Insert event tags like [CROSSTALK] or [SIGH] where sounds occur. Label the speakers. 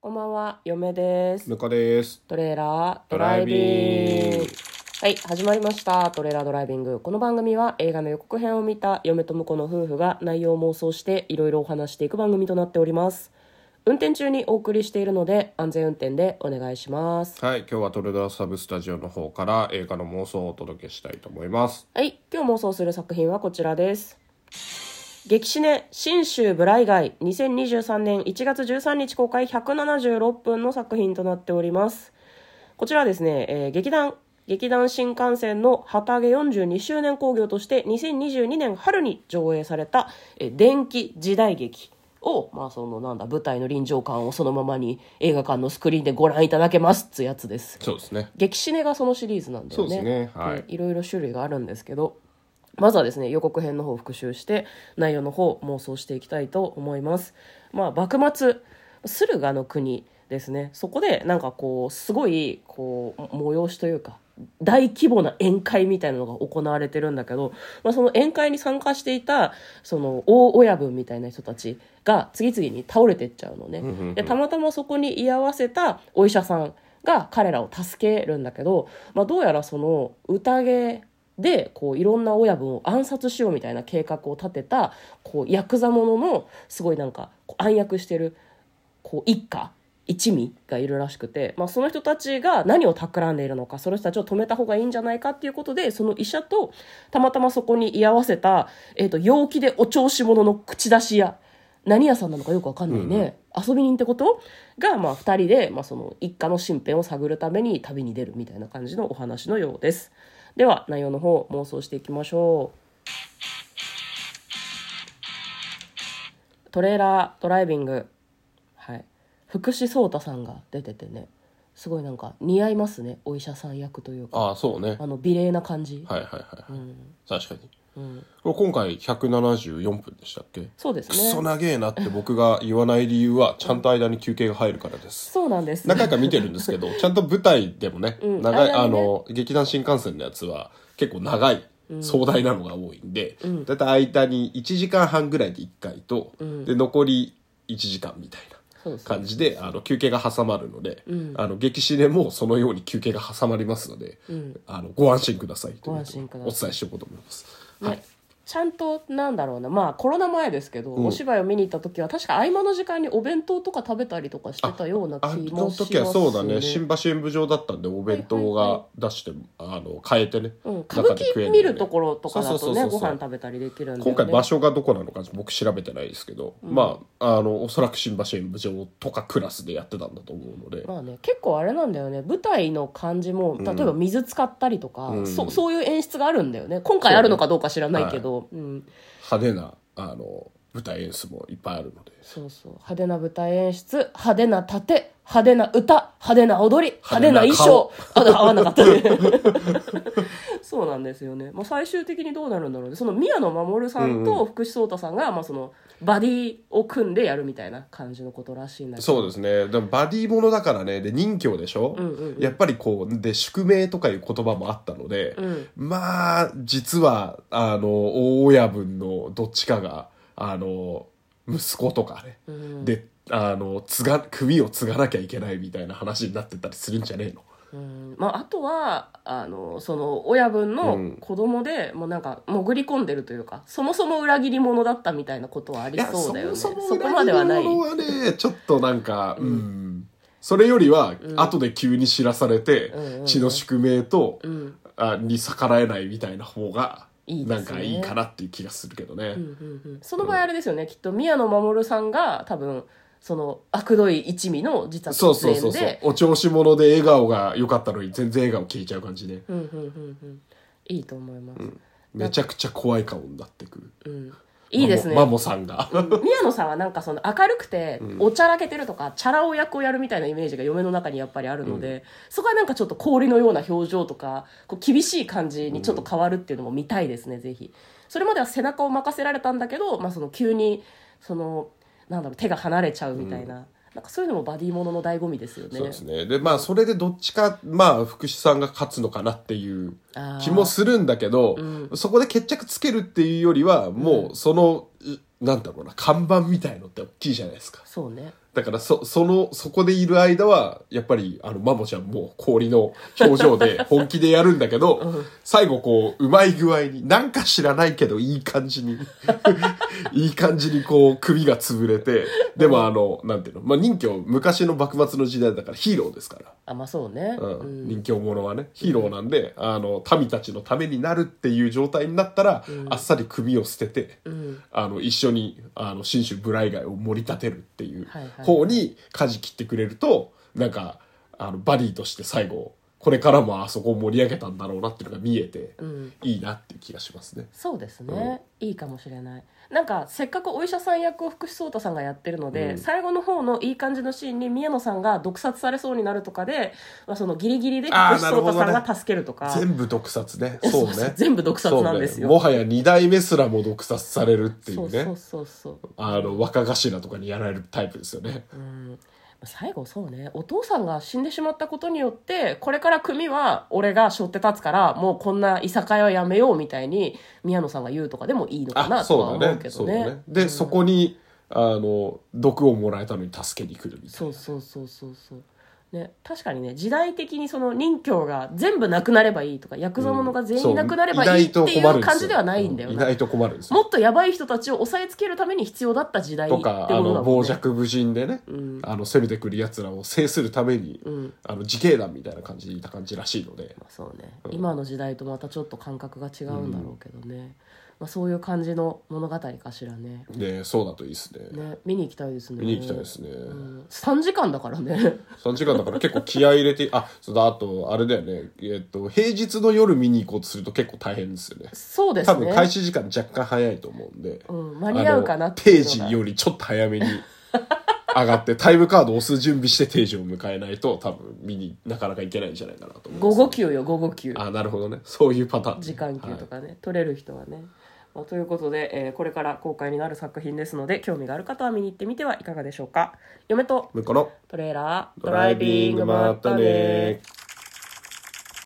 Speaker 1: こんばんは、嫁です。
Speaker 2: ムカです。
Speaker 1: トレーラード
Speaker 2: ド
Speaker 1: ラ
Speaker 2: ラ
Speaker 1: イ
Speaker 2: イ
Speaker 1: ビ
Speaker 2: ビ
Speaker 1: ン
Speaker 2: ン
Speaker 1: グ
Speaker 2: グ。
Speaker 1: はい、始まりました。トレーラードライビング。この番組は映画の予告編を見た嫁と婿の夫婦が内容を妄想していろいろお話していく番組となっております。運転中にお送りしているので安全運転でお願いします。
Speaker 2: はい、今日はトレーダーサブスタジオの方から映画の妄想をお届けしたいと思います。
Speaker 1: はい、今日妄想する作品はこちらです。激シネ新州ブライガイ2023年1月13日公開176分の作品となっております。こちらはですね、えー劇団、劇団新幹線の旗揚げ42周年興行として2022年春に上映された、えー電気時代劇を、まあそのなんだ、舞台の臨場感をそのままに映画館のスクリーンでご覧いただけますってやつです。
Speaker 2: そうですね。
Speaker 1: 激シネがそのシリーズなんだよね
Speaker 2: そうですねはい
Speaker 1: いろいろ種類があるんですけどまずはですね予告編の方を復習して内容の方を妄想していきたいと思いますまあ幕末駿河の国ですねそこでなんかこうすごいこう催しというか大規模な宴会みたいなのが行われてるんだけど、まあ、その宴会に参加していたその大親分みたいな人たちが次々に倒れてっちゃうのね、
Speaker 2: うんうんうん
Speaker 1: でたまたまそこに居合わせたお医者さんが彼らを助けるんだけど、まあ、どうやらその宴でこういろんな親分を暗殺しようみたいな計画を立てたこうヤクザ者のすごいなんかこう暗躍してるこう一家一味がいるらしくて、まあ、その人たちが何を企んでいるのかその人たちを止めた方がいいんじゃないかっていうことでその医者とたまたまそこに居合わせた、えー、と陽気でお調子者の口出し屋何屋さんなのかよくわかんないね、遊び人ってことが、まあ、2人で、まあ、その一家の身辺を探るために旅に出るみたいな感じのお話のようですでは内容の方妄想していきましょうトレーラードライビングはい福士蒼太さんが出ててねすごいなんか似合いますねお医者さん役というか
Speaker 2: ああ、そうね。
Speaker 1: あの美麗な感じ、
Speaker 2: はいはいはい。
Speaker 1: うん
Speaker 2: 確かに。
Speaker 1: うん、
Speaker 2: これ今回174分でしたっけ、
Speaker 1: そうです
Speaker 2: く
Speaker 1: ね
Speaker 2: そ長えなって僕が言わない理由は、ちゃんと間に休憩が入るからです。
Speaker 1: そうなんです
Speaker 2: 何回か見てるんですけど、
Speaker 1: [LAUGHS]
Speaker 2: ちゃんと舞台でもね、
Speaker 1: うん
Speaker 2: 長い、
Speaker 1: 間
Speaker 2: あ
Speaker 1: にね
Speaker 2: の、劇団新幹線のやつは結構長い、壮大なのが多いんで、
Speaker 1: うん
Speaker 2: だいたい間に1時間半ぐらいで1回と、
Speaker 1: うん
Speaker 2: で、残り1時間みたいな。
Speaker 1: そうですね
Speaker 2: 感じであの休憩が挟まるので、
Speaker 1: うん
Speaker 2: あの激死でもそのように休憩が挟まりますので、
Speaker 1: うん
Speaker 2: あのご安心くださいという
Speaker 1: ご安心ください
Speaker 2: お伝えしておこうと思います。
Speaker 1: ね
Speaker 2: はい、
Speaker 1: ちゃんとなんだろうなまあコロナ前ですけど、
Speaker 2: ん
Speaker 1: お芝居を見に行った時は確か合間の時間にお弁当とか食べたりとかしてたような気
Speaker 2: あ
Speaker 1: も
Speaker 2: の
Speaker 1: します
Speaker 2: 時はそうだね新橋演舞場だったんでお弁当
Speaker 1: はいはい
Speaker 2: が出して、あの変えてね、
Speaker 1: うん、歌舞
Speaker 2: 中で食え
Speaker 1: 伎
Speaker 2: んだ
Speaker 1: 見
Speaker 2: よね
Speaker 1: るところとかだ
Speaker 2: そ
Speaker 1: と
Speaker 2: うそう
Speaker 1: ね
Speaker 2: そうそ
Speaker 1: ご
Speaker 2: う
Speaker 1: 飯食べたりできるんで、ね、
Speaker 2: 今回場所がどこなのか僕調べてないですけど、まああのおそらく新橋演舞場とかクラスでやってたんだと思うので、
Speaker 1: まあね、結構あれなんだよね舞台の感じも例えば水使ったりとか、
Speaker 2: うん
Speaker 1: そそういう演出があるんだよね今回あるのかどうか知らないけどそう,、ん、
Speaker 2: 派手なあの舞台演出もいっぱいあるので
Speaker 1: そうそう派手な舞台演出派手な盾派手な歌派手な踊り派手な衣装あ合わなかったね [LAUGHS] そうなんですよね、まあ、最終的にどうなるんだろうねその宮野真守さん
Speaker 2: うん
Speaker 1: と福士蒼太さんが、まあ、そのバディを組んでやるみたいな感じのことらしいんだけど
Speaker 2: そうですねでもバディものだからねで任侠でしょ、
Speaker 1: うんうんうん
Speaker 2: やっぱりこうで宿命とかいう言葉もあったので、
Speaker 1: うん
Speaker 2: まあ実はあの大親分のどっちかがあの息子とかね、
Speaker 1: うん
Speaker 2: であの継が組を継がなきゃいけないみたいな話になってたりするんじゃねえの
Speaker 1: うんまあ、あとはあのその親分
Speaker 2: う
Speaker 1: の
Speaker 2: ん
Speaker 1: 子供で、もうなんか潜り込んでるというかそもそも裏切り者だったみたいなことはありそうだよね
Speaker 2: そもそ
Speaker 1: そ
Speaker 2: も
Speaker 1: こまではない
Speaker 2: 裏切り者はねちょっとなんかうん、それよりは後で急に知らされて、
Speaker 1: うんうん
Speaker 2: 血の宿命と、
Speaker 1: うん
Speaker 2: あに逆らえないみたいな方が
Speaker 1: いいですね
Speaker 2: なんかいいかなっていう気がするけど
Speaker 1: う
Speaker 2: ね。
Speaker 1: んうんうんその場合あれですよね、きっと宮野真守さんが多分その悪どい一味の自殺
Speaker 2: そう
Speaker 1: 発
Speaker 2: そう
Speaker 1: 言で
Speaker 2: そうそう。お調子者で笑顔が良かったのに全然笑顔消えちゃう感じね。
Speaker 1: うんうんうんうんいいと思います、うん
Speaker 2: めちゃくちゃ怖い顔になってくる。
Speaker 1: いいですね
Speaker 2: マモマモさんが。
Speaker 1: 宮野さんはなんかその明るくておちゃらけてるとか、チャラ男役をやるみたいなイメージが嫁の中にやっぱりあるので、そこはなんかちょっと氷のような表情とかこう厳しい感じにちょっと変わるっていうのも見たいですね、ぜひそれまでは背中を任せられたんだけど、まあ、その急にそのなんだろう手が離れちゃうみたいな,、なんかそういうのもバディものの醍醐味ですよね
Speaker 2: そうですね。で、まあそれでどっちか、まあ福士さんが勝つのかなっていう
Speaker 1: あー
Speaker 2: 気もするんだけど、そこで決着つけるっていうよりは、もうその、うなんだろうな、看板みたいのって大きいじゃないですか。
Speaker 1: そうね
Speaker 2: だからそ、その、そこでいる間は、やっぱり、あの、マモちゃんも氷の表情で本気でやるんだけど、最後こう、うまい具合に、なんか知らないけど、いい感じに、いい感じにこう、首が潰れて、でもあの、なんていうの、まあ、任侠、昔の幕末の時代だからヒーローですから。
Speaker 1: あまあそうね、
Speaker 2: う
Speaker 1: うん
Speaker 2: ん、人気者はねヒーローなんで、あの民たちのためになるっていう状態になったら、あっさり首を捨てて、あの一緒にあの信州無頼街を盛り立てるっていう
Speaker 1: はいはい
Speaker 2: 方に舵切ってくれるとなんかあのバディとして最後これからもあそこを盛り上げたんだろうなっていうのが見えて、
Speaker 1: ん
Speaker 2: いいなっていう気がしますね。
Speaker 1: そうですね、いいかもしれないなんかせっかくお医者さん役を福士蒼太さんがやってるので、
Speaker 2: うん
Speaker 1: 最後の方のいい感じのシーンに宮野さんが毒殺されそうになるとかで、まあ、そのギリギリで
Speaker 2: あー
Speaker 1: 福士蒼太さん
Speaker 2: なるほど
Speaker 1: が助けるとか
Speaker 2: 全部毒殺ね。そう
Speaker 1: [LAUGHS] そうそう
Speaker 2: ね。
Speaker 1: 全部毒殺なんですよ
Speaker 2: そうねもはや二代目すらも毒殺されるっていうね。
Speaker 1: そうそうそうそう
Speaker 2: あの、若頭とかにやられるタイプですよね。
Speaker 1: 最後そうねお父さんが死んでしまったことによってこれから組は俺が背負って立つからもうこんないさかいはやめようみたいに宮野さんが言うとかでもいいのかなとは
Speaker 2: そうだ
Speaker 1: 思う
Speaker 2: ね
Speaker 1: け
Speaker 2: そ
Speaker 1: ど
Speaker 2: う
Speaker 1: ね
Speaker 2: だねで、そこにあの毒をもらえたのに助けに来るみたい
Speaker 1: そうそうそうそうそうね、確かにね時代的にその任侠が全部なくなればいいとかヤクザ者が
Speaker 2: な
Speaker 1: 全員いなくなればいいっていう感じではないんだよ
Speaker 2: い
Speaker 1: な、
Speaker 2: ないと困るんですよ
Speaker 1: もっとやばい人たちを抑えつけるために必要だった時代って
Speaker 2: と
Speaker 1: ことだ
Speaker 2: か、
Speaker 1: も
Speaker 2: あ
Speaker 1: んね
Speaker 2: の傍若無人でね、あの攻めてくる奴らを制するために、あの自警団みたいな感じでいた感じらしいので
Speaker 1: まあそうね、今の時代とまたちょっと感覚が違うんだろうけどね、まあ、そういう感じの物語かしらね
Speaker 2: でそうだといいですね
Speaker 1: ね見に行きたいですね
Speaker 2: 見に行きたいですね、
Speaker 1: うん3時間だからね [LAUGHS]
Speaker 2: 3時間だから結構気合い入れてあそうだあとあれだよねえっと平日の夜見に行こうとすると結構大変ですよね
Speaker 1: そうです
Speaker 2: 多
Speaker 1: ね
Speaker 2: 分開始時間若干早いと思うんで、
Speaker 1: ん間に合うかな
Speaker 2: あの
Speaker 1: っていう
Speaker 2: 定
Speaker 1: のが
Speaker 2: 時よりちょっと早めに上がってタイムカードを押す準備して定時を迎えないと多分見になかなか行けないんじゃないかなと思います
Speaker 1: 午後休よ午後休
Speaker 2: あなるほどねそういうパターン
Speaker 1: 時間給
Speaker 2: は
Speaker 1: と
Speaker 2: い
Speaker 1: かね、取れる人はね、まあということで、えーこれから公開になる作品ですので興味がある方は見に行ってみてはいかがでしょうか嫁と
Speaker 2: 向こうの
Speaker 1: トレーラード
Speaker 2: ドライビングまったね